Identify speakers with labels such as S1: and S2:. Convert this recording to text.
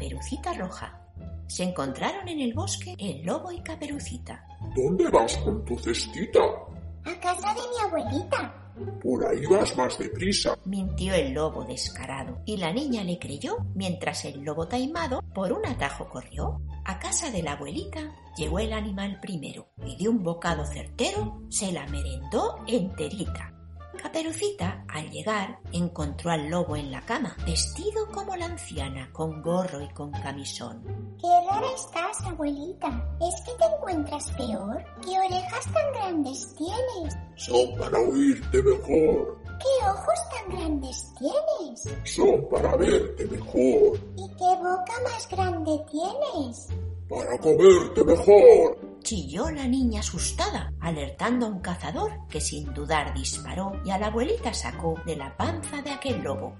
S1: Caperucita Roja. Se encontraron en el bosque el lobo y Caperucita.
S2: ¿Dónde vas con tu cestita?
S3: A casa de mi abuelita.
S2: Por ahí vas más deprisa.
S1: Mintió el lobo descarado y la niña le creyó mientras el lobo taimado por un atajo corrió. A casa de la abuelita llegó el animal primero y de un bocado certero se la merendó enterita. Caperucita, al llegar, encontró al lobo en la cama, vestido como la anciana, con gorro y con camisón.
S3: Qué rara estás, abuelita. ¿Es que te encuentras peor? ¿Qué orejas tan grandes tienes?
S2: Son para oírte mejor.
S3: ¿Qué ojos tan grandes tienes?
S2: Son para verte mejor.
S3: ¿Y qué boca más grande tienes?
S2: Para comerte mejor
S1: chilló la niña asustada, alertando a un cazador que sin dudar disparó y a la abuelita sacó de la panza de aquel lobo.